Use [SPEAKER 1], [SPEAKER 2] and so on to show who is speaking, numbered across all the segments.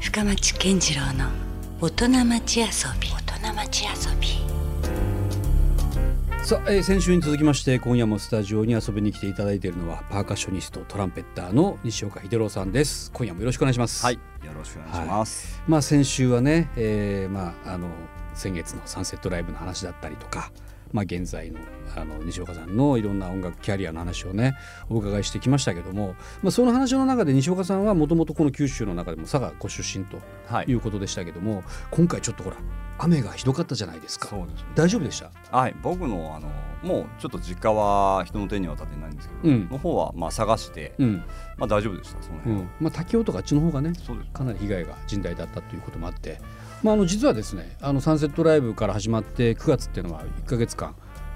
[SPEAKER 1] 深町健次郎の大人町遊び大人町遊び
[SPEAKER 2] さあ、えー先週に続きまして今夜もスタジオに遊びに来ていただいているのはパーカッショニストトランペッターの西岡秀郎さんです今夜もよろしくお願いします、
[SPEAKER 3] はい、よろしくお願いします。
[SPEAKER 2] まあ先週はね、えーまああの先月のサンセットライブの話だったりとかまあ現在のあの西岡さんのいろんな音楽キャリアの話をねお伺いしてきましたけども、まあ、その話の中で西岡さんはもともとこの九州の中でも佐賀ご出身と
[SPEAKER 3] はい
[SPEAKER 2] いうことでしたけども、今回ちょっとほら雨がひどかったじゃないですか
[SPEAKER 3] うですね。
[SPEAKER 2] 大丈夫でした
[SPEAKER 3] はい、僕のあのもうちょっと実家は人の手には立てないんですけど、
[SPEAKER 2] うん
[SPEAKER 3] の方はまあ探して、
[SPEAKER 2] うん、
[SPEAKER 3] まあ大丈夫でした。その
[SPEAKER 2] う
[SPEAKER 3] 辺は。
[SPEAKER 2] ん、まあ滝尾とかあっちの方がね
[SPEAKER 3] そうです。
[SPEAKER 2] かなり被害が甚大だったということもあって、まあ、あの実はですねあのサンセットライブから始まって9月っていうのは1か月間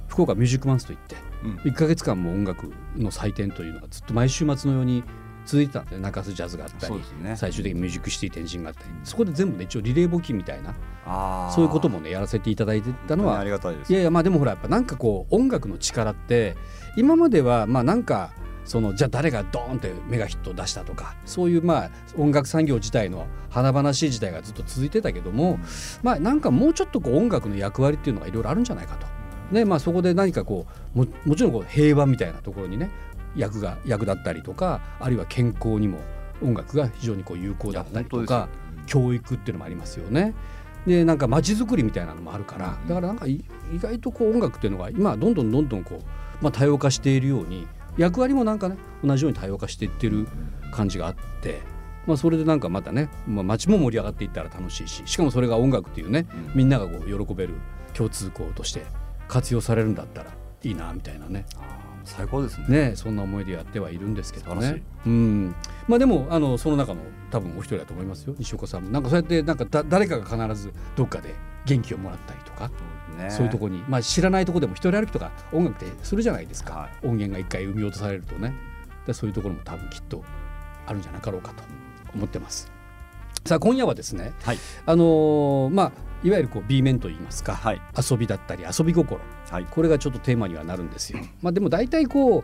[SPEAKER 2] 福岡ミュージックマンスといって
[SPEAKER 3] うん
[SPEAKER 2] 1か月間も音楽の祭典というのがずっと毎週末のように続いてたんで中洲ジャズがあった
[SPEAKER 3] そ
[SPEAKER 2] り、
[SPEAKER 3] うですね。
[SPEAKER 2] 最終的にミュージックシティ天神があったりそこで全部ね一応リレー募金みたいな
[SPEAKER 3] ああ、
[SPEAKER 2] そういうこともねやらせていただいてたの
[SPEAKER 3] 本当に
[SPEAKER 2] は
[SPEAKER 3] ありがたいです。
[SPEAKER 2] いやいやまあでもほらやっぱなんかこう音楽の力って今まではまあなんかそのじゃあ誰がドーンってメガヒットを出したとかそういうまあ音楽産業自体の華々しい時代がずっと続いてたけどもまあなんかもうちょっとこう音楽の役割っていうのがいろいろあるんじゃないかと。ねまあ、そこで何かこうももちろんこう平和みたいなところにね役が役立ったりとかあるいは健康にも音楽が非常にこう有効だったりと
[SPEAKER 3] いや
[SPEAKER 2] か
[SPEAKER 3] 本当ですよ
[SPEAKER 2] 教育っていうのもありますよね。でなんか街づくりみたいなのもあるからだからなんかい意外とこう音楽っていうのが今どんどんどんどんこう、まあ、多様化しているように役割もなんかね同じように多様化していってる感じがあって、まあ、それでなんかまたね、まあ、街も盛り上がっていったら楽しいししかもそれが音楽っていうね
[SPEAKER 3] うん
[SPEAKER 2] みんながこう喜べる共通項として活用されるんだったらいいなみたいなね
[SPEAKER 3] あー最高ですね。
[SPEAKER 2] ねそんな思いでやってはいるんですけど
[SPEAKER 3] 素晴ら
[SPEAKER 2] ね
[SPEAKER 3] し
[SPEAKER 2] う
[SPEAKER 3] い。
[SPEAKER 2] ん。まあでもあのその中の多分お一人だと思いますよ。西岡さんもなんかそうやってなんかだ誰かが必ずどっかで元気をもらったりとか、
[SPEAKER 3] そうですね
[SPEAKER 2] そういうとこにまあ知らないとこでも一人歩きとか音楽ってするじゃないですか。
[SPEAKER 3] はい
[SPEAKER 2] 音源が一回生み落とされるとね。でそういうところも多分きっとあるんじゃなかろうかと思ってます。さあ今夜はですね。
[SPEAKER 3] はい
[SPEAKER 2] あのーまあいわゆるこう B 面といいますか、
[SPEAKER 3] はい
[SPEAKER 2] 遊びだったり遊び心。
[SPEAKER 3] はい。
[SPEAKER 2] これがちょっとテーマにはなるんですよ。まあ、でも大体こ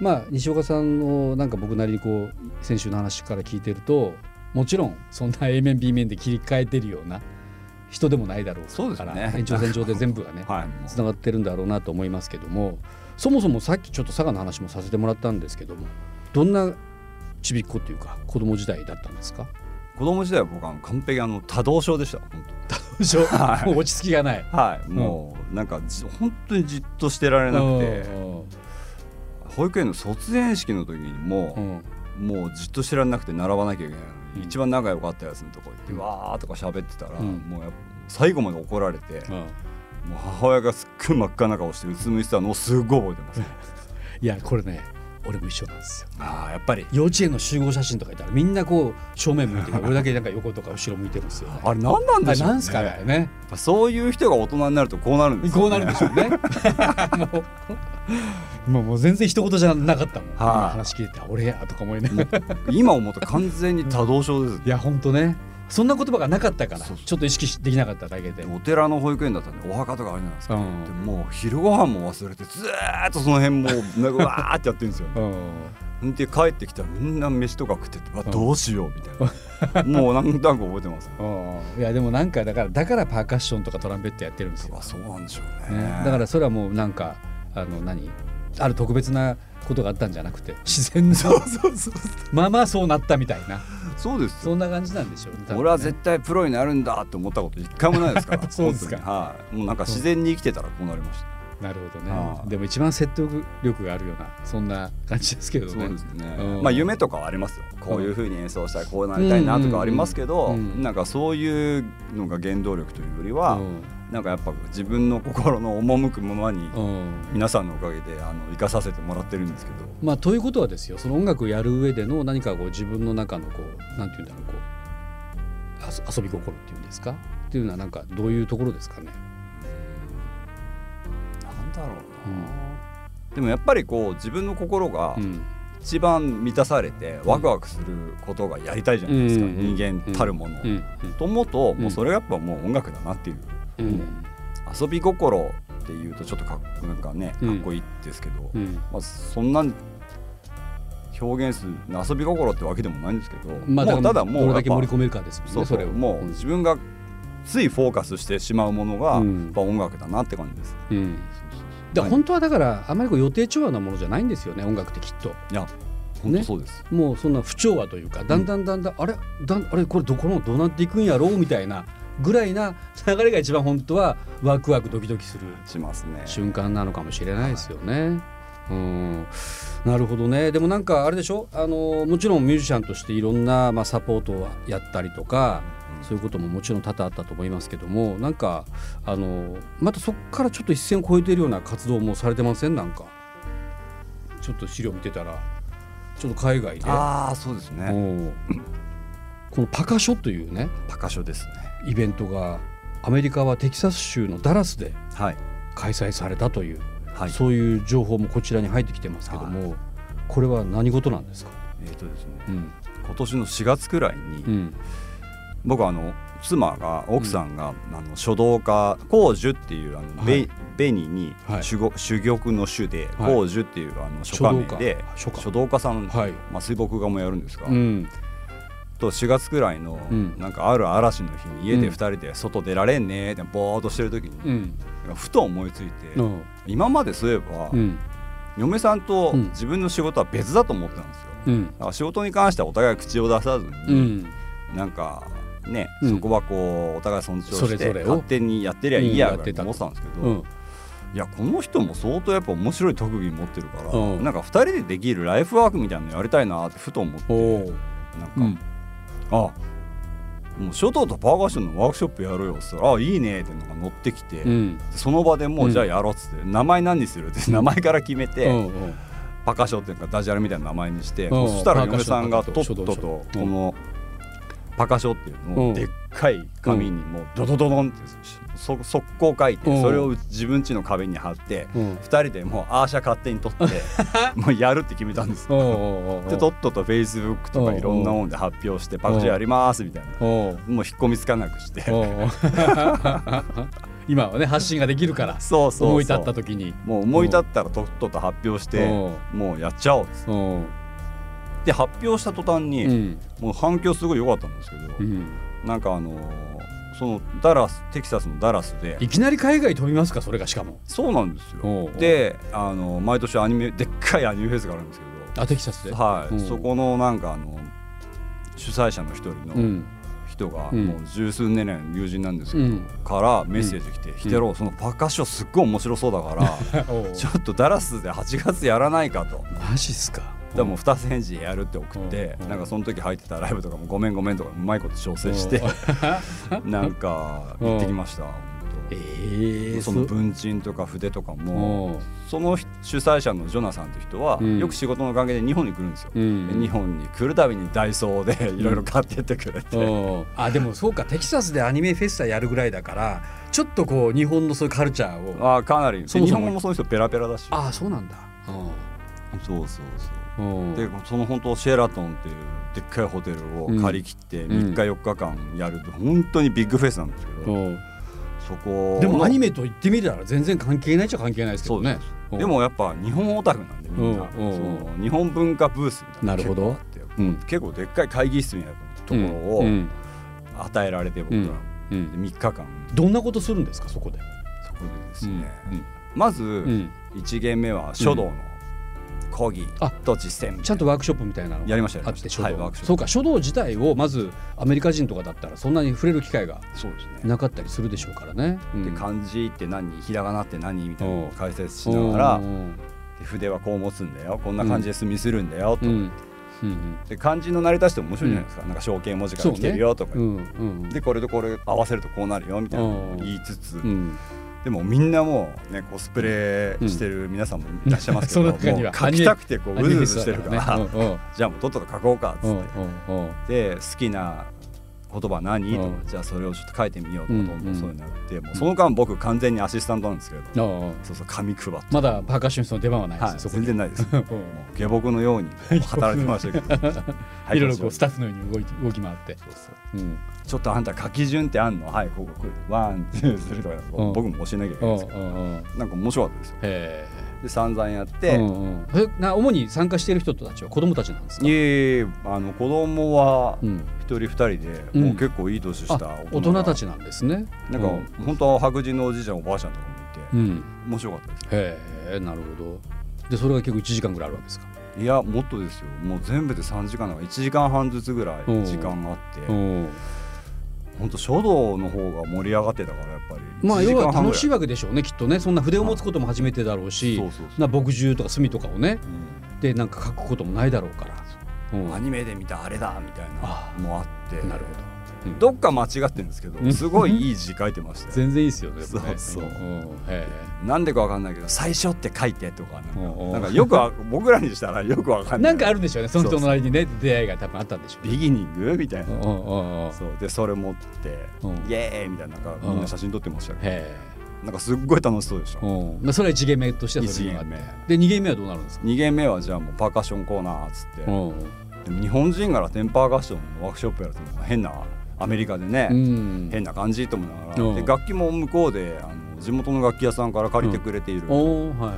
[SPEAKER 2] う、まあ、西岡さんのなんか僕なりにこう先週の話から聞いてるともちろんそんな A 面 B 面で切り替えてるような人でもないだろ
[SPEAKER 3] そう
[SPEAKER 2] う
[SPEAKER 3] です
[SPEAKER 2] か
[SPEAKER 3] よ
[SPEAKER 2] ら、
[SPEAKER 3] ね
[SPEAKER 2] 延長線上で全部がね
[SPEAKER 3] はい。
[SPEAKER 2] つながってるんだろうなと思いますけどもそもそもさっきちょっと佐賀の話もさせてもらったんですけどもどんなちびっ子っていうか子供時代だったんですか
[SPEAKER 3] 子供時代は僕は完璧にあの多動症でした。本 はい
[SPEAKER 2] もう落ち着きがない。
[SPEAKER 3] 当はい。もうなんかじ本当にじっとしてられなくて、
[SPEAKER 2] うん
[SPEAKER 3] 保育園の卒園式の時にもう。
[SPEAKER 2] うん
[SPEAKER 3] もうじっとしてらんなくて並ばなきゃいけないのに、
[SPEAKER 2] うん
[SPEAKER 3] 一番仲良かったやつのとこ行って、
[SPEAKER 2] うん
[SPEAKER 3] わーとか喋ってたら、
[SPEAKER 2] うん
[SPEAKER 3] もうやっぱ最後まで怒られて、
[SPEAKER 2] うん
[SPEAKER 3] もう母親がすっごい真っ赤な顔してうつむいてたのをすごい覚えてます、
[SPEAKER 2] いやこれね俺も一緒なんですよ。
[SPEAKER 3] ああやっぱり
[SPEAKER 2] 幼稚園の集合写真とかいたらみんなこう正面向いてる俺だけなんか横とか後ろ向いてるんですよ、ね、
[SPEAKER 3] あれ 何なん
[SPEAKER 2] あ
[SPEAKER 3] で
[SPEAKER 2] れ
[SPEAKER 3] しょう
[SPEAKER 2] なんすかねね
[SPEAKER 3] やっぱそういう人が大人になるとこうなるんです
[SPEAKER 2] こう
[SPEAKER 3] よ
[SPEAKER 2] な
[SPEAKER 3] ね
[SPEAKER 2] るんでしょう ねもうもうもう全然一言じゃなかったもん、
[SPEAKER 3] はい
[SPEAKER 2] 今話聞いてた俺やとか思いながら
[SPEAKER 3] 今思うと完全に多動症です、
[SPEAKER 2] いやほんとねそんな言葉がなかったから
[SPEAKER 3] そうそう
[SPEAKER 2] ちょっと意識しできなかっただけで、うん、
[SPEAKER 3] お寺の保育園だったんでお墓とかあるじゃないですか、でもう昼ご飯も忘れてずーっとその辺もうなんかわーってやってるんですよ
[SPEAKER 2] うん
[SPEAKER 3] で帰ってきたらみんな飯とか食ってて、わどうしようみたいな、もう何となく覚え てます
[SPEAKER 2] うんいやでもなんかだからだからパーカッションとかトランペットやってるんですよ
[SPEAKER 3] あ、そうなんでしょうね
[SPEAKER 2] ね、だからそれはもうなんかあの何ある特別なことがあったんじゃなく て自然のまあまあそうなったみたいな
[SPEAKER 3] そうですよ
[SPEAKER 2] そんな感じなんでしょうね多分ね
[SPEAKER 3] 俺は絶対プロになるんだって思ったこと一回もないですから
[SPEAKER 2] そうですか
[SPEAKER 3] 本当にはいもうなんか自然に生きてたらこうなりました
[SPEAKER 2] なるほど
[SPEAKER 3] あ
[SPEAKER 2] ね
[SPEAKER 3] あ
[SPEAKER 2] でも一番説得力があるようなそんな感じですけどね
[SPEAKER 3] そうですよね、
[SPEAKER 2] うん
[SPEAKER 3] まあ夢とかはありますよこういうふうに演奏したいこうなりたいなとかはありますけど、
[SPEAKER 2] うんうんうん
[SPEAKER 3] なんかそういうのが原動力というよりは、なんかやっぱ自分の心の赴くままに
[SPEAKER 2] うんうん
[SPEAKER 3] 皆さんのおかげであの生かさせてもらってるんですけど
[SPEAKER 2] まあということはですよその音楽をやる上での何かこう自分の中のこうなんていうんだろうこうあそ遊び心っていうんですかっていうのはなんかどういうところですかね、
[SPEAKER 3] なんだろうな
[SPEAKER 2] うん
[SPEAKER 3] でもやっぱりこう自分の心が、
[SPEAKER 2] うん
[SPEAKER 3] 一番満たされてワクワクすることがやりたいじゃないですか、
[SPEAKER 2] うんうん
[SPEAKER 3] 人間たるもの。
[SPEAKER 2] うん
[SPEAKER 3] と思うと、
[SPEAKER 2] ん
[SPEAKER 3] もうそれがやっぱもう音楽だなっていう
[SPEAKER 2] うんうん
[SPEAKER 3] 遊び心っていうとちょっとかっなんかね
[SPEAKER 2] う
[SPEAKER 3] か
[SPEAKER 2] ん
[SPEAKER 3] っこいいですけど、
[SPEAKER 2] うん
[SPEAKER 3] まあ、そんなん表現する遊び心ってわけでもないんですけど、
[SPEAKER 2] まあ、
[SPEAKER 3] もうた
[SPEAKER 2] から
[SPEAKER 3] だ
[SPEAKER 2] ど
[SPEAKER 3] もう
[SPEAKER 2] れ
[SPEAKER 3] や
[SPEAKER 2] だ
[SPEAKER 3] っ
[SPEAKER 2] け
[SPEAKER 3] ぱ
[SPEAKER 2] 盛り込めるかですもんね
[SPEAKER 3] そうそれ
[SPEAKER 2] を
[SPEAKER 3] もう自分がついフォーカスしてしまうものが、
[SPEAKER 2] うん
[SPEAKER 3] やっぱ音楽だなって感じです。
[SPEAKER 2] うんうんだから本当はだからあまりこう予定調和なものじゃないんですよね音楽ってきっと
[SPEAKER 3] いや本当そうです。
[SPEAKER 2] もうそんな不調和というかだんだんだんだん、あれだんあれこれどこのどうなっていくんやろうみたいなぐらいな流れが一番本当はワクワクドキドキする
[SPEAKER 3] しますね。
[SPEAKER 2] 瞬間なのかもしれないですよね。うんなるほどねでもなんかあれでしょあのもちろんミュージシャンとしていろんな、まあ、サポートをやったりとかそういうことももちろん多々あったと思いますけどもなんかあのまたそこからちょっと一線を越えているような活動もされてませんなんかちょっと資料見てたらちょっと海外で
[SPEAKER 3] ああそうです
[SPEAKER 2] お
[SPEAKER 3] ね。
[SPEAKER 2] うこのパカショというね
[SPEAKER 3] パカショですね。
[SPEAKER 2] イベントがアメリカはテキサス州のダラスで
[SPEAKER 3] はい
[SPEAKER 2] 開催されたという
[SPEAKER 3] はい。
[SPEAKER 2] そういう情報もこちらに入ってきてますけども、これは何事なんですか。
[SPEAKER 3] えっ、とですね
[SPEAKER 2] うん、
[SPEAKER 3] 今年の4月くらいに、
[SPEAKER 2] うん、
[SPEAKER 3] 僕あの妻が奥さんが、あの書道家光樹っていうあの、ベ
[SPEAKER 2] はい
[SPEAKER 3] ベニに
[SPEAKER 2] はい
[SPEAKER 3] 主語主玉の主で
[SPEAKER 2] はい
[SPEAKER 3] 光樹っていうあの書家名で
[SPEAKER 2] 書家
[SPEAKER 3] 書道家さんなんですよ
[SPEAKER 2] はい
[SPEAKER 3] まあ、水墨画もやるんですが、
[SPEAKER 2] うん、
[SPEAKER 3] と4月くらいの、
[SPEAKER 2] うん
[SPEAKER 3] なんかある嵐の日に家
[SPEAKER 2] う
[SPEAKER 3] で
[SPEAKER 2] ん
[SPEAKER 3] 2人で外出られんねーってぼーっとしてる時に、
[SPEAKER 2] うん、
[SPEAKER 3] ふと思いついて、
[SPEAKER 2] うん、
[SPEAKER 3] 今までそういえば、
[SPEAKER 2] うん、
[SPEAKER 3] 嫁さんと
[SPEAKER 2] うん
[SPEAKER 3] 自分の仕事は別だと思ってたんですよ。
[SPEAKER 2] うん、
[SPEAKER 3] だから仕事に関してはお互い口を出さずに、
[SPEAKER 2] うん、
[SPEAKER 3] なんかね、
[SPEAKER 2] うん
[SPEAKER 3] そこはこうお互い尊重して
[SPEAKER 2] それぞれを
[SPEAKER 3] 勝手にやってりゃいいや
[SPEAKER 2] うん
[SPEAKER 3] ぐらいに思ってたんですけど、
[SPEAKER 2] うん、
[SPEAKER 3] いやこの人も相当やっぱ面白い特技持ってるから、
[SPEAKER 2] うん
[SPEAKER 3] なんか2人でできるライフワークみたいなのやりたいなってふと思っ
[SPEAKER 2] お
[SPEAKER 3] て
[SPEAKER 2] う
[SPEAKER 3] なんか、
[SPEAKER 2] うん、
[SPEAKER 3] あもう書道とパーカッションのワークショップやろうよっつったら「あいいね」ってのが乗ってきて、
[SPEAKER 2] うん、
[SPEAKER 3] その場でも
[SPEAKER 2] う
[SPEAKER 3] うんじゃあやろうっつって「名前何にする?」って名前から決めて、
[SPEAKER 2] うん、
[SPEAKER 3] パカショっていうかダジャレみたいな名前にして、
[SPEAKER 2] うん
[SPEAKER 3] そしたら
[SPEAKER 2] パカ
[SPEAKER 3] 嫁
[SPEAKER 2] ショ
[SPEAKER 3] さんが
[SPEAKER 2] パ
[SPEAKER 3] と
[SPEAKER 2] カ
[SPEAKER 3] っ
[SPEAKER 2] シ
[SPEAKER 3] と
[SPEAKER 2] ョ
[SPEAKER 3] と
[SPEAKER 2] 書道
[SPEAKER 3] こ
[SPEAKER 2] 書道
[SPEAKER 3] のパカショっていう
[SPEAKER 2] う
[SPEAKER 3] の
[SPEAKER 2] ん
[SPEAKER 3] をでっかい紙にもうドドドドンってそ速攻書いて、
[SPEAKER 2] うん
[SPEAKER 3] それを自分家の壁に貼って、
[SPEAKER 2] うん、
[SPEAKER 3] 二人でもうアーシャ勝手 に取ってもうやるって決めたんです
[SPEAKER 2] おう
[SPEAKER 3] よ。
[SPEAKER 2] おうおう
[SPEAKER 3] でとっととフェイスブックと
[SPEAKER 2] う
[SPEAKER 3] か
[SPEAKER 2] ん
[SPEAKER 3] いろんなもので発表してパカショやりますみたいな。
[SPEAKER 2] おう
[SPEAKER 3] もう引っ込みつかなくして
[SPEAKER 2] おうおう今はね発信ができるから
[SPEAKER 3] そうそうそう
[SPEAKER 2] 思い立った時に
[SPEAKER 3] もう思い立ったらとっとと発表して
[SPEAKER 2] おう
[SPEAKER 3] もうやっちゃおうっつっ
[SPEAKER 2] おう
[SPEAKER 3] て発表した途端に、
[SPEAKER 2] うん
[SPEAKER 3] もう反響すごい良かったんですけど、
[SPEAKER 2] うん
[SPEAKER 3] なんかあのーそのダラステキサスのダラスで
[SPEAKER 2] いきなり海外飛びますかそれがしかも
[SPEAKER 3] そうなんですよ
[SPEAKER 2] おうおう
[SPEAKER 3] であのー毎年アニメでっかいアニメフェスがあるんですけ
[SPEAKER 2] あテキサスで
[SPEAKER 3] ど、はい
[SPEAKER 2] うん
[SPEAKER 3] そこのなんかあの主催者の一人
[SPEAKER 2] う
[SPEAKER 3] の
[SPEAKER 2] ん
[SPEAKER 3] 人が
[SPEAKER 2] うん
[SPEAKER 3] もう十数年来の友人なんですけ
[SPEAKER 2] う
[SPEAKER 3] ど、
[SPEAKER 2] ん
[SPEAKER 3] からメッセージ来て「ヒテロそのパカショすっごい面白そうだから
[SPEAKER 2] おう
[SPEAKER 3] ちょっとダラスで8月やらないか」と。
[SPEAKER 2] マジっすか
[SPEAKER 3] でもう2つ返事やるって送って
[SPEAKER 2] うん
[SPEAKER 3] なんかその時入ってたライブとかも「ごめんごめん」とかうまいこと調 整してなんか行ってきました。
[SPEAKER 2] ええー、
[SPEAKER 3] その文鎮とか筆とかも
[SPEAKER 2] も
[SPEAKER 3] その主催者のジョナさんって人は、
[SPEAKER 2] うん
[SPEAKER 3] よく仕事の関係で日本に来るんですよ。
[SPEAKER 2] う、
[SPEAKER 3] で日本に来るたびにダイソーでいろいろ買ってってくれて、
[SPEAKER 2] うんあでもそうかテキサスでアニメフェスタやるぐらいだからちょっとこう日本のそういうカルチャーを
[SPEAKER 3] あーかなり
[SPEAKER 2] そもそも
[SPEAKER 3] で日本語もその人ペラペラだし
[SPEAKER 2] ああそうなんだ
[SPEAKER 3] そうそう
[SPEAKER 2] うん
[SPEAKER 3] そうでその本当シェラトンっていうでっかいホテルを借り切って
[SPEAKER 2] うん
[SPEAKER 3] 3日4日間やる本当にビッグフェスなんですけど、
[SPEAKER 2] うん
[SPEAKER 3] そこ
[SPEAKER 2] でもアニ
[SPEAKER 3] メ
[SPEAKER 2] メと言ってみたら全然関係ないっちゃ関係ないですけ
[SPEAKER 3] そ
[SPEAKER 2] ど
[SPEAKER 3] うで
[SPEAKER 2] ね
[SPEAKER 3] すでもやっぱ日本オタクなんでみんな、
[SPEAKER 2] うんうんうん
[SPEAKER 3] その日本文化ブースみたいなの
[SPEAKER 2] なるほど
[SPEAKER 3] 結構あっ
[SPEAKER 2] う
[SPEAKER 3] て
[SPEAKER 2] ん
[SPEAKER 3] 結構でっかい会議室みたいなところを
[SPEAKER 2] うん
[SPEAKER 3] 与えられて僕
[SPEAKER 2] うん
[SPEAKER 3] ら、
[SPEAKER 2] う
[SPEAKER 3] で
[SPEAKER 2] ん
[SPEAKER 3] 3日間
[SPEAKER 2] どんなことするんですかそこで
[SPEAKER 3] そこでですね、
[SPEAKER 2] うん
[SPEAKER 3] ま
[SPEAKER 2] う
[SPEAKER 3] ず
[SPEAKER 2] ん
[SPEAKER 3] 1限目は書道の講義と実践
[SPEAKER 2] ちゃんとワークショップみたいなのが
[SPEAKER 3] やりましたや
[SPEAKER 2] あ
[SPEAKER 3] り
[SPEAKER 2] っ
[SPEAKER 3] ま
[SPEAKER 2] て
[SPEAKER 3] し
[SPEAKER 2] 書
[SPEAKER 3] た
[SPEAKER 2] 道、
[SPEAKER 3] はいワークショップ
[SPEAKER 2] そうか書道自体をまずアメリカ人とかだったらそんなに触れる機会が
[SPEAKER 3] そうですね
[SPEAKER 2] なかったりするでしょうからね。
[SPEAKER 3] で
[SPEAKER 2] うん
[SPEAKER 3] 漢字って何ひらがなって何みたいなのを解説し
[SPEAKER 2] う
[SPEAKER 3] なんがら
[SPEAKER 2] うん
[SPEAKER 3] で筆はこう持つんだよこんな感じで墨するんだよと、
[SPEAKER 2] うんうん
[SPEAKER 3] で漢字の成り立ちって面白いじゃないですか、なんか象形文字から来てるよとか、
[SPEAKER 2] うんうん
[SPEAKER 3] でこれとこれ合わせるとこうなるよみたいなのを言いつ
[SPEAKER 2] う
[SPEAKER 3] つ、
[SPEAKER 2] ん
[SPEAKER 3] でもみんなもうねコスプレしてる皆さんもいらっしゃいますけど、
[SPEAKER 2] うんその中には
[SPEAKER 3] もう書きたくてこううずうずしてるから
[SPEAKER 2] アニメー
[SPEAKER 3] じゃあもうとっとと書こうかっつ
[SPEAKER 2] ターだからね
[SPEAKER 3] っ
[SPEAKER 2] うんうんうんうん
[SPEAKER 3] てで好きな言葉何と
[SPEAKER 2] う
[SPEAKER 3] か
[SPEAKER 2] ん
[SPEAKER 3] じゃあそれをちょっと書いてみようと
[SPEAKER 2] う
[SPEAKER 3] ど
[SPEAKER 2] ん
[SPEAKER 3] んどんそういうのになってもうその間僕完全にアシスタントなんですけど
[SPEAKER 2] うんうん
[SPEAKER 3] そうそう紙配って
[SPEAKER 2] まだパーカッションスの出番はないです
[SPEAKER 3] は
[SPEAKER 2] よ
[SPEAKER 3] い
[SPEAKER 2] そこに
[SPEAKER 3] 全然ないですもう
[SPEAKER 2] うん
[SPEAKER 3] 下僕のように働いてまし たけどはい
[SPEAKER 2] ろいろこうスタ
[SPEAKER 3] ッ
[SPEAKER 2] ッフのように動いて動き回って
[SPEAKER 3] フ
[SPEAKER 2] うん
[SPEAKER 3] ちょっとあんた書き順ってあんのはいこここうワンツースリーとか
[SPEAKER 2] うん
[SPEAKER 3] 僕も教えなきゃい
[SPEAKER 2] う
[SPEAKER 3] けない
[SPEAKER 2] ん
[SPEAKER 3] んですけど
[SPEAKER 2] うんうんへ
[SPEAKER 3] なんか面白かったですよ
[SPEAKER 2] え
[SPEAKER 3] で散々やって、
[SPEAKER 2] うんうんえな主に参加している人たちは子供たちなんですか
[SPEAKER 3] いえいえあの子供は
[SPEAKER 2] うん、
[SPEAKER 3] 一人二人で、
[SPEAKER 2] うん
[SPEAKER 3] もう結構いい年した
[SPEAKER 2] あ大人たちなんですね
[SPEAKER 3] なんか、本当は白人のおじいちゃんおばあちゃんとかもいて、
[SPEAKER 2] うん、うん
[SPEAKER 3] 面白かったです
[SPEAKER 2] へえなるほどでそれが結構1時間ぐらいあるわけですか、
[SPEAKER 3] いやもっとですよもう全部で3時間なんか1時間半ずつぐらい
[SPEAKER 2] うん
[SPEAKER 3] 時間があって、
[SPEAKER 2] うん
[SPEAKER 3] ほんと書道の方が盛り上がってたからやっぱり
[SPEAKER 2] まあ
[SPEAKER 3] 1時
[SPEAKER 2] 要
[SPEAKER 3] 間
[SPEAKER 2] は
[SPEAKER 3] 半ぐ
[SPEAKER 2] 楽
[SPEAKER 3] ら
[SPEAKER 2] しいわけでしょうねきっとねそんな筆を持つことも初めてだろうし、
[SPEAKER 3] そうそうそう
[SPEAKER 2] な墨汁とか墨とかをね
[SPEAKER 3] う
[SPEAKER 2] でなんか書くこともないだろうから、うん
[SPEAKER 3] んアニメで見たあれだみたい
[SPEAKER 2] あ
[SPEAKER 3] なのもあって
[SPEAKER 2] なるほどうん
[SPEAKER 3] どっか間違ってるんですけ
[SPEAKER 2] うん
[SPEAKER 3] どすごいいい字書いてました よ
[SPEAKER 2] 全然いいですよねやっぱね
[SPEAKER 3] そうそうん
[SPEAKER 2] へ
[SPEAKER 3] なんでかわかんないけど最初って書いてとかなんか
[SPEAKER 2] うんうん
[SPEAKER 3] なんかよくわ僕らにしたらよくわか
[SPEAKER 2] え
[SPEAKER 3] んな
[SPEAKER 2] ないんかあるんでしょうねその人の隣にね出会いが多分あったんでしょうね
[SPEAKER 3] ビギニングみたいな
[SPEAKER 2] うんうんうんへ
[SPEAKER 3] そうでそれ持って
[SPEAKER 2] うん
[SPEAKER 3] イエーイみたいななんかみんな写真撮ってましたけ
[SPEAKER 2] え
[SPEAKER 3] どなんかすっごい楽しそうでした
[SPEAKER 2] うんまあそれは1ゲームとしてはそれがあって
[SPEAKER 3] 一ゲー
[SPEAKER 2] で2ゲーム目はどうなるんですか、
[SPEAKER 3] 2軒目はじゃあもうパーカッションコーナーっつっ
[SPEAKER 2] う
[SPEAKER 3] て
[SPEAKER 2] ん
[SPEAKER 3] でも日本人からテンパーカッションのワークショップやるっていうのは変なアメリカでね、
[SPEAKER 2] うん
[SPEAKER 3] 変な感じと思いながら、
[SPEAKER 2] うん
[SPEAKER 3] で楽器も向こうであの地元の楽器屋さんから借りてくれている、
[SPEAKER 2] おーはいはい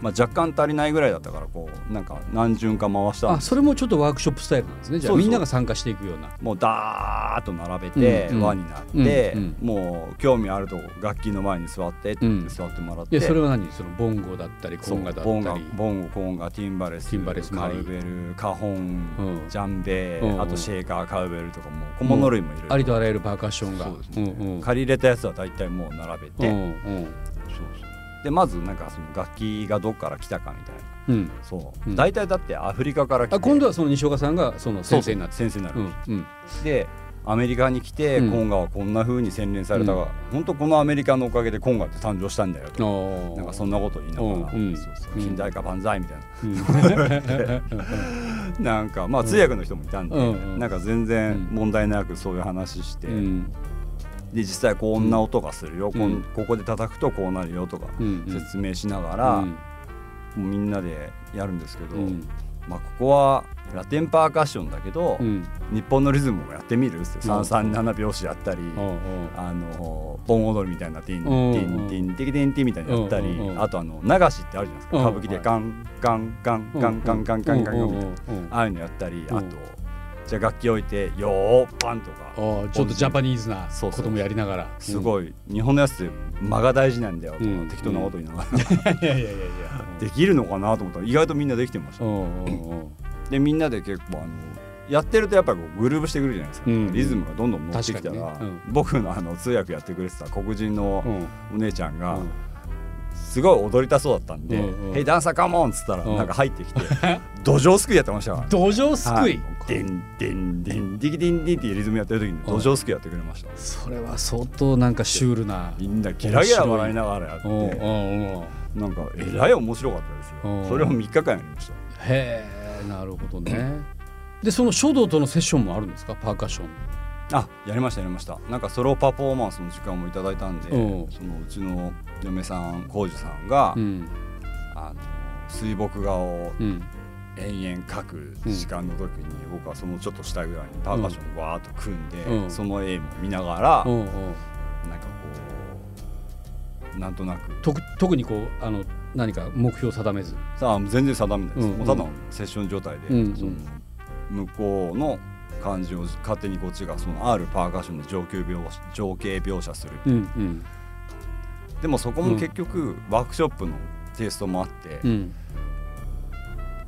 [SPEAKER 3] まあ、若干足りないぐらいだったからこうなんか何巡か回したん
[SPEAKER 2] あ
[SPEAKER 3] です
[SPEAKER 2] それもちょっとワークショップスタイルなんですねじゃあ
[SPEAKER 3] そうそう
[SPEAKER 2] みんなが参加していくような
[SPEAKER 3] もうダーッと並べて、
[SPEAKER 2] うんうん
[SPEAKER 3] 輪になって、
[SPEAKER 2] うん
[SPEAKER 3] もう興味あるとこ楽器の前に座ってって言っ
[SPEAKER 2] うん
[SPEAKER 3] て座ってもらっ
[SPEAKER 2] い
[SPEAKER 3] て、
[SPEAKER 2] やそれは何そのボンゴだったりコ
[SPEAKER 3] そう
[SPEAKER 2] ンガだ
[SPEAKER 3] ボン
[SPEAKER 2] った
[SPEAKER 3] ガ
[SPEAKER 2] り
[SPEAKER 3] ボンゴコンガティンバレス
[SPEAKER 2] ティンバレス
[SPEAKER 3] カ
[SPEAKER 2] マリー
[SPEAKER 3] ウベルカホン、
[SPEAKER 2] うん
[SPEAKER 3] ジャンベ、
[SPEAKER 2] うんうん
[SPEAKER 3] あとシェーカーカウベルとかもう小物類もいる、
[SPEAKER 2] ありとあらゆるパーカッションが
[SPEAKER 3] そうですね
[SPEAKER 2] うんうん
[SPEAKER 3] 借り入れたやつは大体もう並べて、
[SPEAKER 2] うんうん
[SPEAKER 3] でまずなんかその楽器がどっから来たかみたいな
[SPEAKER 2] うん
[SPEAKER 3] そう、
[SPEAKER 2] うん
[SPEAKER 3] 大体だってアフリカから来て
[SPEAKER 2] あ今度はその西岡さんがその
[SPEAKER 3] そ
[SPEAKER 2] 先
[SPEAKER 3] う
[SPEAKER 2] 生になって
[SPEAKER 3] 先生になる、
[SPEAKER 2] うんうん
[SPEAKER 3] でアメリカに来て、
[SPEAKER 2] うん
[SPEAKER 3] コンガはこんな風に洗練されたが、
[SPEAKER 2] うん
[SPEAKER 3] 本当このアメリカのおかげでコンガって誕生したんだよとか、
[SPEAKER 2] おー
[SPEAKER 3] なんかそんなこと言いながら、
[SPEAKER 2] うん
[SPEAKER 3] そうそう
[SPEAKER 2] うん
[SPEAKER 3] 近代化万歳みたいな、
[SPEAKER 2] うん
[SPEAKER 3] なんかまあ通訳の人もいたんで、
[SPEAKER 2] うん
[SPEAKER 3] なんか全然問題なくそういう話して、
[SPEAKER 2] うん
[SPEAKER 3] で実際こんな音がするよ、こ
[SPEAKER 2] うん
[SPEAKER 3] ん、ここで叩くとこうなるよとか
[SPEAKER 2] うんうん
[SPEAKER 3] 説明しながら、
[SPEAKER 2] うん
[SPEAKER 3] もうみんなでやるんですけど、
[SPEAKER 2] うん
[SPEAKER 3] まあ、ここはラテンパーカッションだけど、
[SPEAKER 2] うん
[SPEAKER 3] 日本のリズムもやってみるっつって337拍子やったり、
[SPEAKER 2] おー
[SPEAKER 3] あの盆踊りみたいなティンテ
[SPEAKER 2] うん
[SPEAKER 3] ィンティンティキティンティンみたいなのやったり、
[SPEAKER 2] うんうんうん
[SPEAKER 3] あとあの流しってあるじゃないですか、
[SPEAKER 2] うん
[SPEAKER 3] 歌舞伎でガンガンガンガンガンガンガンガンガンみたいな
[SPEAKER 2] うんうんうん
[SPEAKER 3] ああいうのやったり、
[SPEAKER 2] ん
[SPEAKER 3] あとじゃあ楽器置いて「よーパン」とか
[SPEAKER 2] おーちょっとジャパニーズな
[SPEAKER 3] そう
[SPEAKER 2] こ
[SPEAKER 3] そう
[SPEAKER 2] ともやりながら
[SPEAKER 3] す
[SPEAKER 2] い
[SPEAKER 3] ごい、日本のやつって間が大事なんだよとか、
[SPEAKER 2] うん
[SPEAKER 3] 適当なこと言いながら、
[SPEAKER 2] いやいやいやいや
[SPEAKER 3] できるのかなと思ったら意外とみんなできてました
[SPEAKER 2] う。んうんうん
[SPEAKER 3] でみんなで結構あのやってるとやっぱりこうグルーブしてくるじゃないですか、
[SPEAKER 2] うん
[SPEAKER 3] リズムがどんどん乗ってきたら、
[SPEAKER 2] 確かにね
[SPEAKER 3] 僕のあの通訳やってくれてた黒人の
[SPEAKER 2] うん
[SPEAKER 3] お姉ちゃんが
[SPEAKER 2] うん
[SPEAKER 3] すごい踊りたそうだったんで
[SPEAKER 2] うんう
[SPEAKER 3] 「
[SPEAKER 2] ん
[SPEAKER 3] ヘイダンサーカモン!」っつったら
[SPEAKER 2] うん
[SPEAKER 3] なんか入ってきて土壌すくいやってまし たからね。
[SPEAKER 2] 土壌すくい
[SPEAKER 3] はいデンデンデンディキディンディンっていうリズムやってる時に土壌すくいやってくれました
[SPEAKER 2] それは相当なんかシュールな
[SPEAKER 3] みんなギラギラ笑いながらやっ
[SPEAKER 2] うんうん
[SPEAKER 3] て
[SPEAKER 2] うん
[SPEAKER 3] なんかえらい面白かったです
[SPEAKER 2] うん
[SPEAKER 3] よそれを3日間やりました
[SPEAKER 2] へえなるほどねでその書道とのセッションもあるんですかパーカッション
[SPEAKER 3] あやりましたやりましたなんかソロパフォーマンスの時間もいただいたんで、
[SPEAKER 2] うん
[SPEAKER 3] そのうちの嫁さん浩二さんが、
[SPEAKER 2] うん
[SPEAKER 3] あの水墨画を
[SPEAKER 2] うん
[SPEAKER 3] 延々描く時間の時に、僕はそのちょっと下ぐらいにパーカッションをわーっと組んで、
[SPEAKER 2] うん
[SPEAKER 3] その絵も見ながら、
[SPEAKER 2] うんうん
[SPEAKER 3] なんかこうなんとなく
[SPEAKER 2] と特にこうあの何か目標を定めず
[SPEAKER 3] さあ全然定めないです、
[SPEAKER 2] うん
[SPEAKER 3] もうただのセッション状態で、
[SPEAKER 2] うん
[SPEAKER 3] その向こうの感じを勝手にこっちがその R パーカッションの情景描写情景描写する
[SPEAKER 2] うんうん
[SPEAKER 3] でもそこも結局ワークショップのテイストもあって、
[SPEAKER 2] うん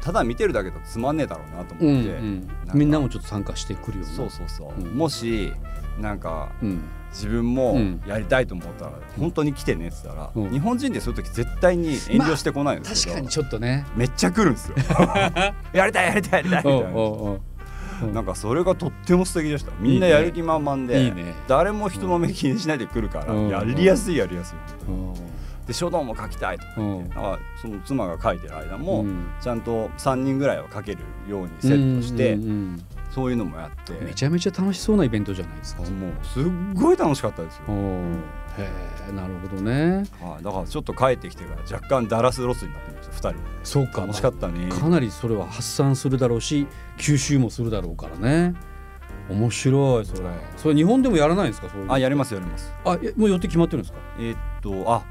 [SPEAKER 3] ただ見てるだけだとつまんねえだろうなと思って、
[SPEAKER 2] うんうん
[SPEAKER 3] か
[SPEAKER 2] みんなもちょっと参加してくるような
[SPEAKER 3] そうそうそう、
[SPEAKER 2] うん
[SPEAKER 3] もしなんか
[SPEAKER 2] うん
[SPEAKER 3] 自分も
[SPEAKER 2] うん
[SPEAKER 3] やりたいと思ったら本当に来てねって言ったら、
[SPEAKER 2] うん
[SPEAKER 3] 日本人でそういう時絶対に遠慮してこないんです
[SPEAKER 2] 確
[SPEAKER 3] けど、
[SPEAKER 2] かにちょっとね
[SPEAKER 3] めっちゃ来るん ですよやりたいやりたいやりたいみたいな。
[SPEAKER 2] うん
[SPEAKER 3] なんかそれがとっても素敵でしたみんなやる気満々で
[SPEAKER 2] いいね
[SPEAKER 3] 誰も人の目気にしないで来るから、
[SPEAKER 2] うん
[SPEAKER 3] やりやすいやりやすい
[SPEAKER 2] うん
[SPEAKER 3] で書道も書きたいと
[SPEAKER 2] うんうん
[SPEAKER 3] だからその妻が書いてる間も、
[SPEAKER 2] うん
[SPEAKER 3] ちゃんと3人ぐらいは書けるようにセットして、
[SPEAKER 2] うんうん
[SPEAKER 3] そういうのもやって
[SPEAKER 2] うんめちゃめちゃ楽しそうなイベントじゃないですか
[SPEAKER 3] もうすっごい楽しかったですよ、
[SPEAKER 2] うんへえなるほどね
[SPEAKER 3] はい、だからちょっと帰ってきてから若干ダラスロスになってました2人
[SPEAKER 2] そうか
[SPEAKER 3] 楽しかったね
[SPEAKER 2] かなりそれは発散するだろうし吸収もするだろうからね面白いそれそれ日本でもやらないんですかそういうの
[SPEAKER 3] あやりますやります
[SPEAKER 2] あいやもう予定決まってるんですか
[SPEAKER 3] えーっとあ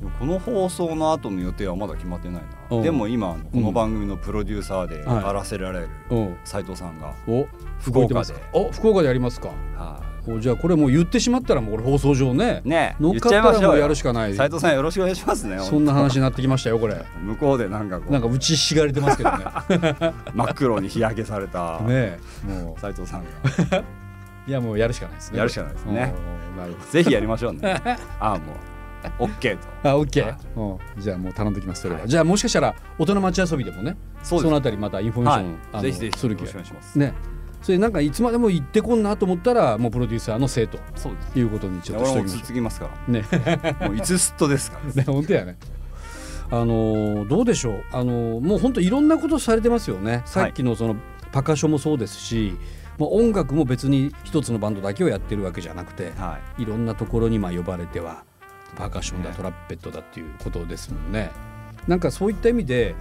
[SPEAKER 3] でもこの放送の後の予定はまだ決まってない
[SPEAKER 2] お
[SPEAKER 3] な
[SPEAKER 2] う
[SPEAKER 3] でも今あのこの番組のプロデューサーで
[SPEAKER 2] はい
[SPEAKER 3] あらせられる
[SPEAKER 2] うん
[SPEAKER 3] 斉藤さんが、
[SPEAKER 2] お
[SPEAKER 3] 福岡で
[SPEAKER 2] 動いてますかお福岡でやりますか
[SPEAKER 3] は
[SPEAKER 2] おじゃあこれもう言ってしまったらもうこれ放送上ね
[SPEAKER 3] いねえ
[SPEAKER 2] 乗っ
[SPEAKER 3] 言っ
[SPEAKER 2] かっ
[SPEAKER 3] ちゃい
[SPEAKER 2] た
[SPEAKER 3] ま
[SPEAKER 2] ら
[SPEAKER 3] し
[SPEAKER 2] も
[SPEAKER 3] ょ
[SPEAKER 2] う
[SPEAKER 3] う
[SPEAKER 2] や
[SPEAKER 3] よ
[SPEAKER 2] るしかない
[SPEAKER 3] 斉藤さんよろしくお願いしますね
[SPEAKER 2] そんな話になってきましたよこれ
[SPEAKER 3] 向こうでなんかこう
[SPEAKER 2] なんか打ちひしがれてますけど ね
[SPEAKER 3] 真っ黒に日焼けされた
[SPEAKER 2] ねえも
[SPEAKER 3] 斉藤さんが
[SPEAKER 2] ういやもうやるしかないですね
[SPEAKER 3] やるしかないですね
[SPEAKER 2] うんなるほど
[SPEAKER 3] ぜひやりましょう ねああもう OK と
[SPEAKER 2] あ、オッケー。うんじゃあもう頼んできますそれは。じゃあもしかしたら大人町遊びでもね、
[SPEAKER 3] そうです
[SPEAKER 2] のあたりまたインフォメーション、あの
[SPEAKER 3] ぜひぜひ
[SPEAKER 2] する
[SPEAKER 3] よ
[SPEAKER 2] 気
[SPEAKER 3] ろしくお
[SPEAKER 2] が
[SPEAKER 3] 願いします
[SPEAKER 2] ね。それなんかいつまでも行ってこんなと思ったらもうプロデューサーのせいと
[SPEAKER 3] そうです
[SPEAKER 2] いうことにちょっとし
[SPEAKER 3] 俺
[SPEAKER 2] ておき
[SPEAKER 3] も
[SPEAKER 2] まし
[SPEAKER 3] 続きますか
[SPEAKER 2] ょう。ね。
[SPEAKER 3] らもういつすっとですから
[SPEAKER 2] ね本当やね。あのーどうでしょう。あのーもう本当いろんなことされてますよね。さっきのそのパカショもそうですし、まあ音楽も別に一つのバンドだけをやってるわけじゃなくて、
[SPEAKER 3] はい
[SPEAKER 2] いろんなところにまあ呼ばれてはパーカッションだトランペットだっていうことですもんね。なんかそういった意味で、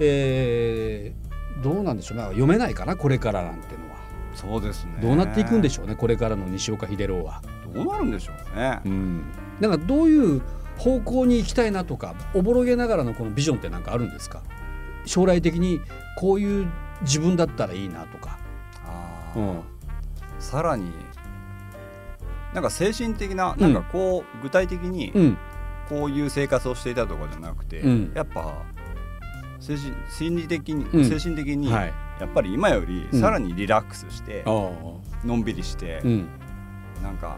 [SPEAKER 2] えーどうなんでしょう、まあ、読めないかなこれからなんてのは
[SPEAKER 3] そうですね
[SPEAKER 2] どうなっていくんで
[SPEAKER 3] し
[SPEAKER 2] しょうねこれからの西岡秀郎は。
[SPEAKER 3] ょうどうなるんでしょうね
[SPEAKER 2] うん、なんかどういう方向に行きたいなとかおぼろげながらのこのビジョンってなんかあるんですか将来的にこういう自分だったらいいなとか。
[SPEAKER 3] あ
[SPEAKER 2] う
[SPEAKER 3] あ
[SPEAKER 2] ん
[SPEAKER 3] さらになんか精神的ななんかこう具体的に
[SPEAKER 2] うん
[SPEAKER 3] こういう生活をしていたとかじゃなくて
[SPEAKER 2] うん
[SPEAKER 3] やっぱ精神心理的
[SPEAKER 2] うん
[SPEAKER 3] に精神的に
[SPEAKER 2] はい
[SPEAKER 3] やっぱり今よりさらにリラックスして
[SPEAKER 2] あー
[SPEAKER 3] のんびりして
[SPEAKER 2] うん
[SPEAKER 3] なんか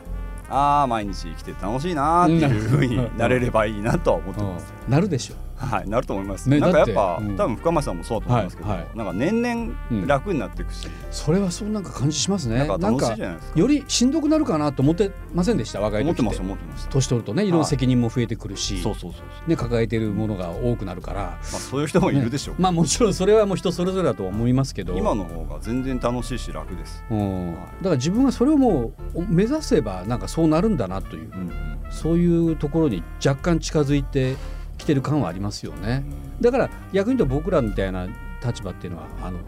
[SPEAKER 3] ああ毎日生きて楽しいなーっていうふうになれればいいなとは思ってます。
[SPEAKER 2] なるでしょう。
[SPEAKER 3] はい、なると思います。
[SPEAKER 2] ね
[SPEAKER 3] なんかやっ
[SPEAKER 2] だっ
[SPEAKER 3] ぱ、
[SPEAKER 2] てうん
[SPEAKER 3] 多分深町さんもそうだと思いますけど、
[SPEAKER 2] はいはい
[SPEAKER 3] なんか年
[SPEAKER 2] うん
[SPEAKER 3] 々楽になっていくし、
[SPEAKER 2] それはそうなんか感じしますね。
[SPEAKER 3] なんか楽しいじゃないですか。
[SPEAKER 2] よりしんどくなるかなと思ってませんでした若い
[SPEAKER 3] 思っ
[SPEAKER 2] 時
[SPEAKER 3] て
[SPEAKER 2] っ
[SPEAKER 3] ましてた思ってました。
[SPEAKER 2] 年取るとねいろんな責任も増えてくるし、
[SPEAKER 3] そうそうそうそう。
[SPEAKER 2] ね、抱えてるものが多くなるから
[SPEAKER 3] まあそういう人もいるでしょう。
[SPEAKER 2] まあもちろんそれはもう人それぞれだとは思いますけど
[SPEAKER 3] 今の方が全然楽しいし楽です。
[SPEAKER 2] うん、だ
[SPEAKER 3] はい
[SPEAKER 2] から自分がそれをもう目指せばなんかそうなるんだなという
[SPEAKER 3] うんうん
[SPEAKER 2] そういうところに若干近づいてきてる感はありますよね。だから逆に言うと僕らみたいな立場っていうのはあの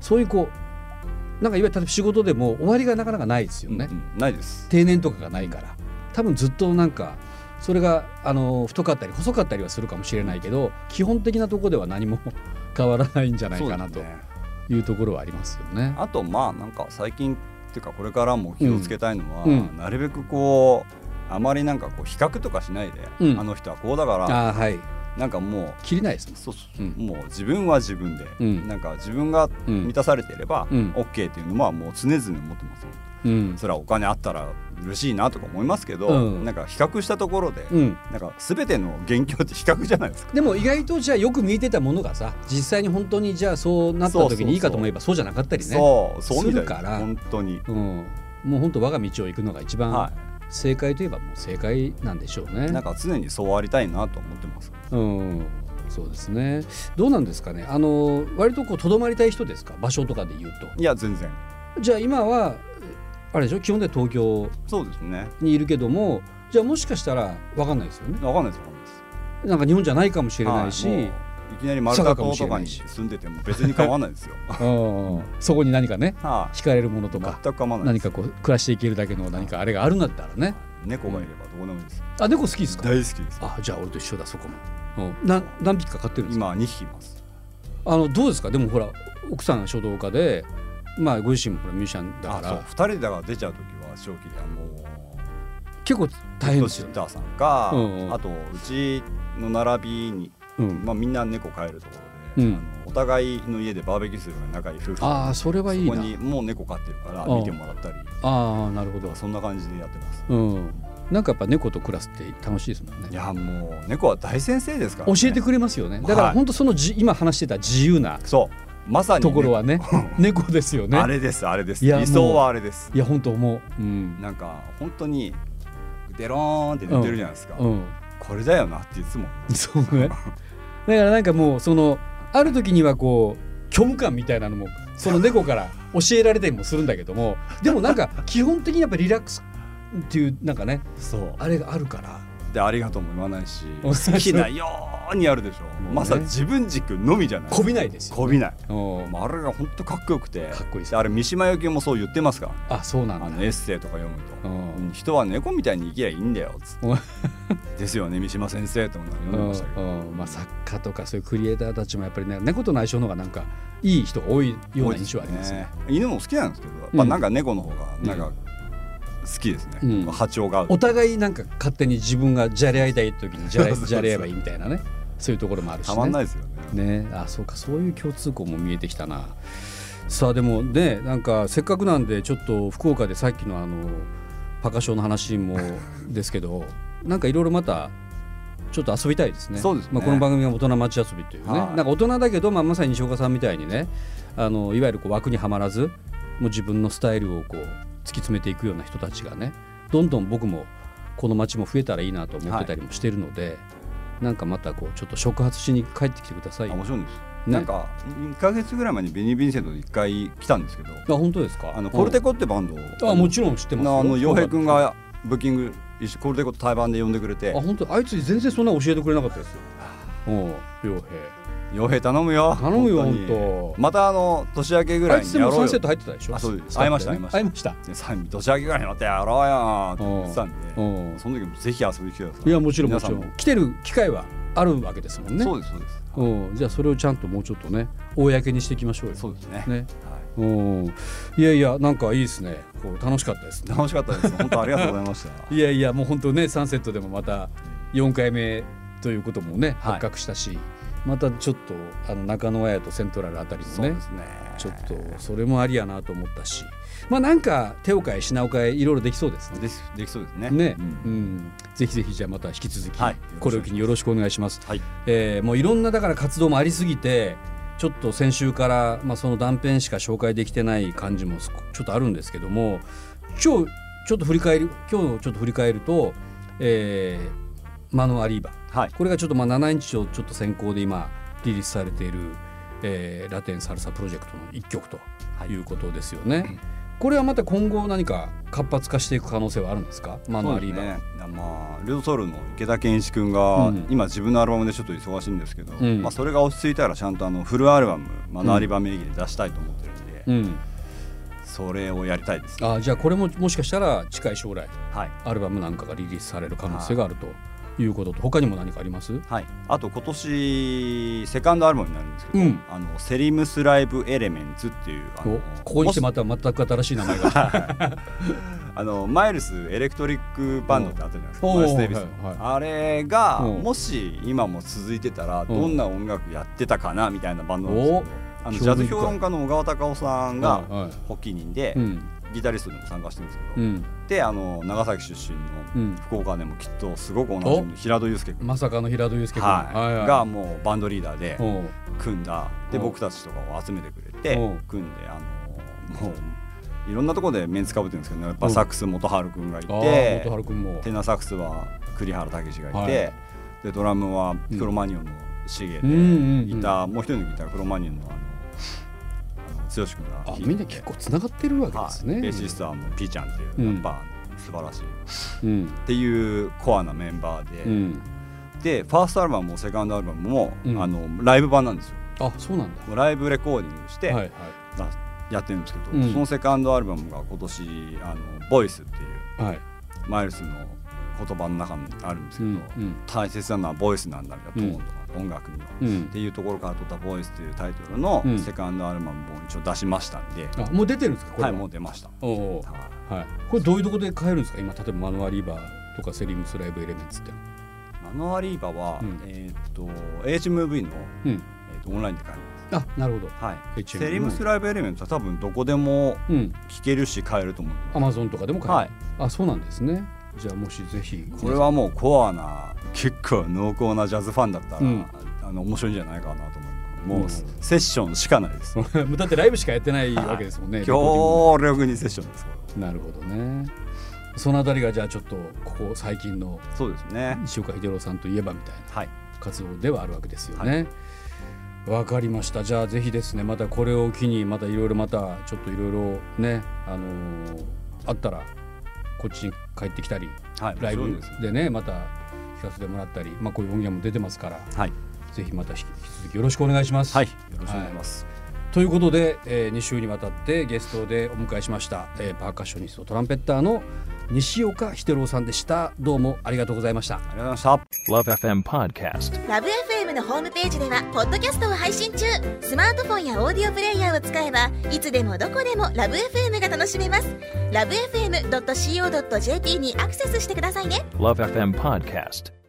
[SPEAKER 2] そういうこうなんかいわゆる例えば仕事でも終わりがなかなかないですよね。
[SPEAKER 3] うんないです。
[SPEAKER 2] 定年とかがないから多分ずっとなんかそれがあの太かったり細かったりはするかもしれないけど基本的なところでは何も 変わらないんじゃないかな
[SPEAKER 3] そ
[SPEAKER 2] と
[SPEAKER 3] うですね
[SPEAKER 2] いうところはありますよね。
[SPEAKER 3] あとまあなんか最近っていうかこれからも気をつけたいのは、
[SPEAKER 2] うんうん
[SPEAKER 3] なるべくこうあまりなんかこう比較とかしないで、
[SPEAKER 2] うん
[SPEAKER 3] あの人はこうだから
[SPEAKER 2] ああーはい
[SPEAKER 3] なんかもう
[SPEAKER 2] 切りないですね。
[SPEAKER 3] そうそう、
[SPEAKER 2] うん
[SPEAKER 3] もう自分は自分で、
[SPEAKER 2] うん
[SPEAKER 3] なんか自分が
[SPEAKER 2] うん
[SPEAKER 3] 満たされていれば、
[SPEAKER 2] うん
[SPEAKER 3] OK っていうのはもう常々思ってます、
[SPEAKER 2] うん
[SPEAKER 3] それはお金あったら嬉しいなとか思いますけど、
[SPEAKER 2] うん
[SPEAKER 3] なんか比較したところで、
[SPEAKER 2] うん、
[SPEAKER 3] なんか全ての元凶って比較じゃないですか。
[SPEAKER 2] でも意外とじゃあよく見えてたものがさ実際に本当にじゃあそうなった
[SPEAKER 3] そう
[SPEAKER 2] 時
[SPEAKER 3] そう
[SPEAKER 2] にいいかと思えばそうじゃなかったりね
[SPEAKER 3] そうそうみたい
[SPEAKER 2] するか
[SPEAKER 3] な
[SPEAKER 2] ら
[SPEAKER 3] 本当に、
[SPEAKER 2] うん、もう本当我が道を行くのが一番
[SPEAKER 3] は
[SPEAKER 2] 正解といえばもう正解なんでしょうね。
[SPEAKER 3] い、なんか常にそうありたいなと思ってます。
[SPEAKER 2] うん、そうですね。どうなんですかね。あの割とこうとどまりたい人ですか。場所とかで言う
[SPEAKER 3] いや全然
[SPEAKER 2] と。じゃあ今はあれでしょ。基本で東京
[SPEAKER 3] そうですね。
[SPEAKER 2] にいるけども、じゃあもしかしたらわかんないですよね。
[SPEAKER 3] わかんないですわかんないです。
[SPEAKER 2] なんか日本じゃないかもしれないし、
[SPEAKER 3] はもういきなり丸
[SPEAKER 2] 佐賀
[SPEAKER 3] 太
[SPEAKER 2] かも
[SPEAKER 3] 島
[SPEAKER 2] しれ
[SPEAKER 3] とか
[SPEAKER 2] ない
[SPEAKER 3] に
[SPEAKER 2] し
[SPEAKER 3] 住んでても別に構わないです よ。
[SPEAKER 2] うん、そこに何かね
[SPEAKER 3] はい、
[SPEAKER 2] 惹かれるものとか、
[SPEAKER 3] 全く構わない
[SPEAKER 2] 何
[SPEAKER 3] です。
[SPEAKER 2] かこう暮らしていけるだけの何かあれがあるんだったらね。
[SPEAKER 3] 猫がいればどこでもいいです。
[SPEAKER 2] あ、猫好きですか。
[SPEAKER 3] 大好きです。
[SPEAKER 2] あ、じゃあ俺と一緒だそこも。うん、な何匹か飼ってるんですか。
[SPEAKER 3] 今2匹います。
[SPEAKER 2] あのどうですか。でもほら奥さん書道家で。まあご自身もほらミュージシャンだか
[SPEAKER 3] あそう
[SPEAKER 2] ら
[SPEAKER 3] 2人だから出ちゃう時は正気ではもう
[SPEAKER 2] 結構大変で
[SPEAKER 3] シ
[SPEAKER 2] すよ
[SPEAKER 3] ッ
[SPEAKER 2] ね。
[SPEAKER 3] ターさんか、
[SPEAKER 2] うんうん
[SPEAKER 3] あとうちの並びに、
[SPEAKER 2] うん、
[SPEAKER 3] まあ、みんな猫飼えるところで、
[SPEAKER 2] うん
[SPEAKER 3] あのお互いの家でバーベキューするのが仲いい夫婦
[SPEAKER 2] ああそれはいい
[SPEAKER 3] そ
[SPEAKER 2] な
[SPEAKER 3] こにもう猫飼ってるから
[SPEAKER 2] うん
[SPEAKER 3] 見てもらったり、
[SPEAKER 2] ああなるほど
[SPEAKER 3] そんな感じでやってます。
[SPEAKER 2] うんなんかやっぱ猫と暮らすって楽しいですもんね
[SPEAKER 3] いやもう猫は大先生ですから、
[SPEAKER 2] 教
[SPEAKER 3] ね、
[SPEAKER 2] えてくれますよねだから
[SPEAKER 3] はい
[SPEAKER 2] 本当そのじ今話してた自由な
[SPEAKER 3] そうまさにね、
[SPEAKER 2] ところはね猫ですよね
[SPEAKER 3] あれですあれです
[SPEAKER 2] いやもう
[SPEAKER 3] 理想はあれです
[SPEAKER 2] いや本当思ううん、
[SPEAKER 3] なんか本当にデローンって寝てるじゃないですか、
[SPEAKER 2] うん、
[SPEAKER 3] これだよなっていつも
[SPEAKER 2] そうねだからなんかもうそのある時にはこう虚無感みたいなのもその猫から教えられたりもするんだけども でもなんか基本的にやっぱリラックスっていうなんかね
[SPEAKER 3] そう
[SPEAKER 2] あれがあるから
[SPEAKER 3] ってありがとうも言わないし
[SPEAKER 2] うん
[SPEAKER 3] 好きなようにやるでしょ、
[SPEAKER 2] うね
[SPEAKER 3] まさ自分軸のみじゃない
[SPEAKER 2] こびないですよ
[SPEAKER 3] こびない
[SPEAKER 2] お
[SPEAKER 3] まああれが本当かっこよくて
[SPEAKER 2] かっこいいです
[SPEAKER 3] であれ三島由紀夫もそう言ってますからね
[SPEAKER 2] あそうなんだ
[SPEAKER 3] あのエッセイとか読むと、
[SPEAKER 2] うん
[SPEAKER 3] 人は猫みたいに生きりゃいいんだよつって
[SPEAKER 2] うん
[SPEAKER 3] ですよね三島先生とも読んでましたけど、
[SPEAKER 2] うんうんまあ、作家とかそういうクリエイターたちもやっぱりね猫との相性の方がなんかいい人が多いような印象はありますね。
[SPEAKER 3] 犬も好きなんですけどやっぱなんか猫の方がなんか好きですね、
[SPEAKER 2] うん
[SPEAKER 3] 波長が合う
[SPEAKER 2] お互いなんか勝手に自分がじゃれ合いたい時にじゃれ
[SPEAKER 3] そうそうそう
[SPEAKER 2] じゃれ合えばいいみたいなねそういうところもあるし、ね、
[SPEAKER 3] たまんないですよね
[SPEAKER 2] ねあそうかそういう共通項も見えてきたなさあでもねなんかせっかくなんでちょっと福岡でさっきのあのパカショーの話もですけど なんかいろいろまたちょっと遊びたいですね
[SPEAKER 3] そうですね
[SPEAKER 2] まあ、この番組は大人町遊びというね、
[SPEAKER 3] はい
[SPEAKER 2] なんか大人だけど、まあ、まさに西岡さんみたいにねあのいわゆるこう枠にはまらずもう自分のスタイルをこう突き詰めていくような人たちがねどんどん僕もこの町も増えたらいいなと思ってたりもしてるので、なんかまたこうちょっと触発しに帰ってきてください
[SPEAKER 3] あ
[SPEAKER 2] よ
[SPEAKER 3] 面白いんですよ、
[SPEAKER 2] ね
[SPEAKER 3] なんか1か月ぐらい前にベニー・ヴィンセントで1回来たんですけど
[SPEAKER 2] あ本当ですか。
[SPEAKER 3] あのコルテコってバンド
[SPEAKER 2] うん
[SPEAKER 3] を
[SPEAKER 2] あもちろん知ってますよ。
[SPEAKER 3] あの洋平君
[SPEAKER 2] あ
[SPEAKER 3] がブッキング一緒コルテコと対バンで呼んでくれて
[SPEAKER 2] 本当あいつ全然そんな教えてくれなかったですよ。お洋平。
[SPEAKER 3] 洋平頼むよ
[SPEAKER 2] 頼むよ
[SPEAKER 3] 本当に
[SPEAKER 2] 本当
[SPEAKER 3] またあの年明けぐ
[SPEAKER 2] あ
[SPEAKER 3] ら
[SPEAKER 2] い
[SPEAKER 3] い
[SPEAKER 2] つ
[SPEAKER 3] に
[SPEAKER 2] で
[SPEAKER 3] や
[SPEAKER 2] もサ
[SPEAKER 3] ろう
[SPEAKER 2] ンセッ
[SPEAKER 3] よ
[SPEAKER 2] ト入ってたでしょ。
[SPEAKER 3] あそうです
[SPEAKER 2] スカップ
[SPEAKER 3] 会いました
[SPEAKER 2] でね会いました。
[SPEAKER 3] でさ年明けぐらいにまたやろうよって言ってたんで
[SPEAKER 2] うん
[SPEAKER 3] その時もぜひ遊びに来てください
[SPEAKER 2] いやもちろんも
[SPEAKER 3] 皆
[SPEAKER 2] ち
[SPEAKER 3] さ
[SPEAKER 2] ろ
[SPEAKER 3] も
[SPEAKER 2] ん来てる機会はあるわけですもんね。
[SPEAKER 3] そうですそうです
[SPEAKER 2] うんじゃあそれをちゃんともうちょっとね公にしていきましょうよ。
[SPEAKER 3] そうですね
[SPEAKER 2] ね。
[SPEAKER 3] は
[SPEAKER 2] うんいやいやなんかいいですね。こう楽しかったです
[SPEAKER 3] い
[SPEAKER 2] ね。
[SPEAKER 3] 楽しかったです本当ありがとうござい ました
[SPEAKER 2] いやいやもう本当ねサンセットでもまた4回目ということもね
[SPEAKER 3] はい
[SPEAKER 2] 発覚したし、またちょっとあの中野綾とセントラルあたりも
[SPEAKER 3] そう
[SPEAKER 2] ね
[SPEAKER 3] ですね
[SPEAKER 2] ちょっとそれもありやなと思ったしまあなんか手を変え品を変えいろいろできそうですね。
[SPEAKER 3] できできそうですね
[SPEAKER 2] ね、
[SPEAKER 3] う
[SPEAKER 2] うんん、ぜひぜひじゃあまた引き続き、
[SPEAKER 3] はい
[SPEAKER 2] これを機によろしくお願いします。
[SPEAKER 3] はい
[SPEAKER 2] えーもういろんなだから活動もありすぎてちょっと先週から、まあ、その断片しか紹介できてない感じもすこちょっとあるんですけども今日ちょっと振り返る今日のちょっと振り返ると、えーマノアリーバ
[SPEAKER 3] はい
[SPEAKER 2] これがちょっとまあ7インチをちょっと先行で今リリースされている、えーラテンサルサプロジェクトの一曲ということですよね。これはまた今後何か活発化していく可能性はあるんですかマノアリーバ
[SPEAKER 3] そうですね、まあルードソウルの池田健一君が、
[SPEAKER 2] うん
[SPEAKER 3] 今自分のアルバムでちょっと忙しいんですけど、
[SPEAKER 2] うん
[SPEAKER 3] まあ、それが落ち着いたらちゃんとあのフルアルバム「まあ、のアリバ名義」で出したいと思ってるんで、
[SPEAKER 2] うん、
[SPEAKER 3] それをやりたいですね、
[SPEAKER 2] あじゃあこれももしかしたら近い将来
[SPEAKER 3] はい
[SPEAKER 2] アルバムなんかがリリースされる可能性があるということと他にも何かあります
[SPEAKER 3] はい、あと今年セカンドアルバムになるんですけど「
[SPEAKER 2] うん
[SPEAKER 3] あのセリムスライブ・エレメンツ」っていうあ
[SPEAKER 2] お
[SPEAKER 3] の
[SPEAKER 2] ここに来て
[SPEAKER 3] も
[SPEAKER 2] また全く新しい名前 が
[SPEAKER 3] あのマイルス・エレクトリック・バンドってあったじゃないですか
[SPEAKER 2] おう
[SPEAKER 3] マイルス・デイビスの、
[SPEAKER 2] はい
[SPEAKER 3] あれが
[SPEAKER 2] うん
[SPEAKER 3] もし今も続いてたら
[SPEAKER 2] ん
[SPEAKER 3] どんな音楽やってたかなみたいなバンドなんですけどあのジ
[SPEAKER 2] 興
[SPEAKER 3] ャ
[SPEAKER 2] 味
[SPEAKER 3] ズ
[SPEAKER 2] 深い
[SPEAKER 3] 評論家の小川隆夫さんが
[SPEAKER 2] はいはい
[SPEAKER 3] 発起人で、
[SPEAKER 2] うん
[SPEAKER 3] ギタリストにも参加してるんですけ
[SPEAKER 2] う
[SPEAKER 3] ど、
[SPEAKER 2] ん
[SPEAKER 3] であの長崎出身
[SPEAKER 2] う
[SPEAKER 3] の
[SPEAKER 2] ん
[SPEAKER 3] 福岡でもきっとすごくおなじみの平戸祐介君、
[SPEAKER 2] まさかの平戸祐介君、
[SPEAKER 3] はい
[SPEAKER 2] はい
[SPEAKER 3] がもうバンドリーダーで
[SPEAKER 2] おう
[SPEAKER 3] 組んだで
[SPEAKER 2] うん
[SPEAKER 3] 僕たちとかを集めてくれて
[SPEAKER 2] うん
[SPEAKER 3] 組んであのもういろんなところでメンツかぶってるんですけど、やっぱサックス元春君がい
[SPEAKER 2] ああ
[SPEAKER 3] て
[SPEAKER 2] 元春君も
[SPEAKER 3] テナサックスは栗原武史がいて、
[SPEAKER 2] はい
[SPEAKER 3] でドラムはクロマニオンのシゲで、
[SPEAKER 2] うんうんうん
[SPEAKER 3] ギターもう一人のギタークロマニオンのあのあの剛君が弾
[SPEAKER 2] あ
[SPEAKER 3] いてて
[SPEAKER 2] みんな結構つながってるわけですね、
[SPEAKER 3] はいベーシストはもうピーちゃんっていう、
[SPEAKER 2] うん
[SPEAKER 3] やっぱ素晴らしいっ
[SPEAKER 2] うん
[SPEAKER 3] ていうコアなメンバーで、
[SPEAKER 2] うん
[SPEAKER 3] でファーストアルバムもセカンドアルバムも、
[SPEAKER 2] うん
[SPEAKER 3] あのライブ版なんですよ
[SPEAKER 2] あそうなんだ
[SPEAKER 3] もうライブレコーディングして、
[SPEAKER 2] はいはい
[SPEAKER 3] あやってるんですけど、
[SPEAKER 2] うん
[SPEAKER 3] そのセカンドアルバムが今年あのボイスっていう
[SPEAKER 2] はい
[SPEAKER 3] マイルスの言葉の中にあるんです
[SPEAKER 2] う
[SPEAKER 3] けど、
[SPEAKER 2] んうん
[SPEAKER 3] 大切なのはボイスなんだよト
[SPEAKER 2] うん
[SPEAKER 3] ーンとか音楽には、
[SPEAKER 2] う
[SPEAKER 3] っ
[SPEAKER 2] ん
[SPEAKER 3] ていうところから取った「ボイスというタイトルの
[SPEAKER 2] うん
[SPEAKER 3] セカンドアルバムも一応出しましたんで、
[SPEAKER 2] あもう出てるんですかこれ
[SPEAKER 3] はい
[SPEAKER 2] は
[SPEAKER 3] もう出ました、
[SPEAKER 2] おうおう
[SPEAKER 3] は
[SPEAKER 2] はい、これどういうとこで買えるんですか今例えばマノアリーバーとかセリムスライブエレメンツって
[SPEAKER 3] いマノアリーバは、
[SPEAKER 2] うん
[SPEAKER 3] えーっと HMV の、
[SPEAKER 2] うん
[SPEAKER 3] えーっとオンラインで買えます
[SPEAKER 2] あなるほど
[SPEAKER 3] はい
[SPEAKER 2] HMV
[SPEAKER 3] セリムスライブエレメントは多分どこでも
[SPEAKER 2] うん
[SPEAKER 3] 聴けるし買えると思う
[SPEAKER 2] アマゾンとかでも買える、
[SPEAKER 3] はい
[SPEAKER 2] あそうなんですねじゃあもしぜひ
[SPEAKER 3] これはもうコアな結構濃厚なジャズファンだったら、
[SPEAKER 2] うん
[SPEAKER 3] あの面白いんじゃないかなと思います
[SPEAKER 2] う
[SPEAKER 3] も
[SPEAKER 2] ん
[SPEAKER 3] うセッションしかないで す
[SPEAKER 2] もうだってライブしかやってないわけですもんね、レコ
[SPEAKER 3] 強力にセッションですこ
[SPEAKER 2] ーディング
[SPEAKER 3] れは
[SPEAKER 2] なるほどねそのあたりがじゃあちょっとここ最近の
[SPEAKER 3] そうですね
[SPEAKER 2] 石岡秀郎さんといえばみたい
[SPEAKER 3] はい
[SPEAKER 2] な活動ではあるわけですよねわ、かりましたじゃあぜひですねまたこれを機にまたいろいろまたちょっといろいろねあのーあったらこっちに帰ってきたり
[SPEAKER 3] はい
[SPEAKER 2] ライ
[SPEAKER 3] もちろ
[SPEAKER 2] ブ
[SPEAKER 3] んです
[SPEAKER 2] でねまた聞かせてもらったり、まあ、こういう音源も出てますから
[SPEAKER 3] はい
[SPEAKER 2] ぜひまた引き続きよろしくお願いします。
[SPEAKER 3] はいよろしくお願いします、
[SPEAKER 2] ということで、え2週にわたってゲストでお迎えしました、えーパーカッショニストトランペッターの西岡秀郎さんでしたどうもありがとうございました。
[SPEAKER 3] ありがとうございました
[SPEAKER 4] Love FM Podcast.
[SPEAKER 5] ラブ f m のホームページではポッドキャストを配信中スマートフォンやオーディオプレイヤーを使えばいつでもどこでもラブ f m が楽しめますラブ FM.co.jp にアクセスしてくださいね
[SPEAKER 4] Love FM Podcast.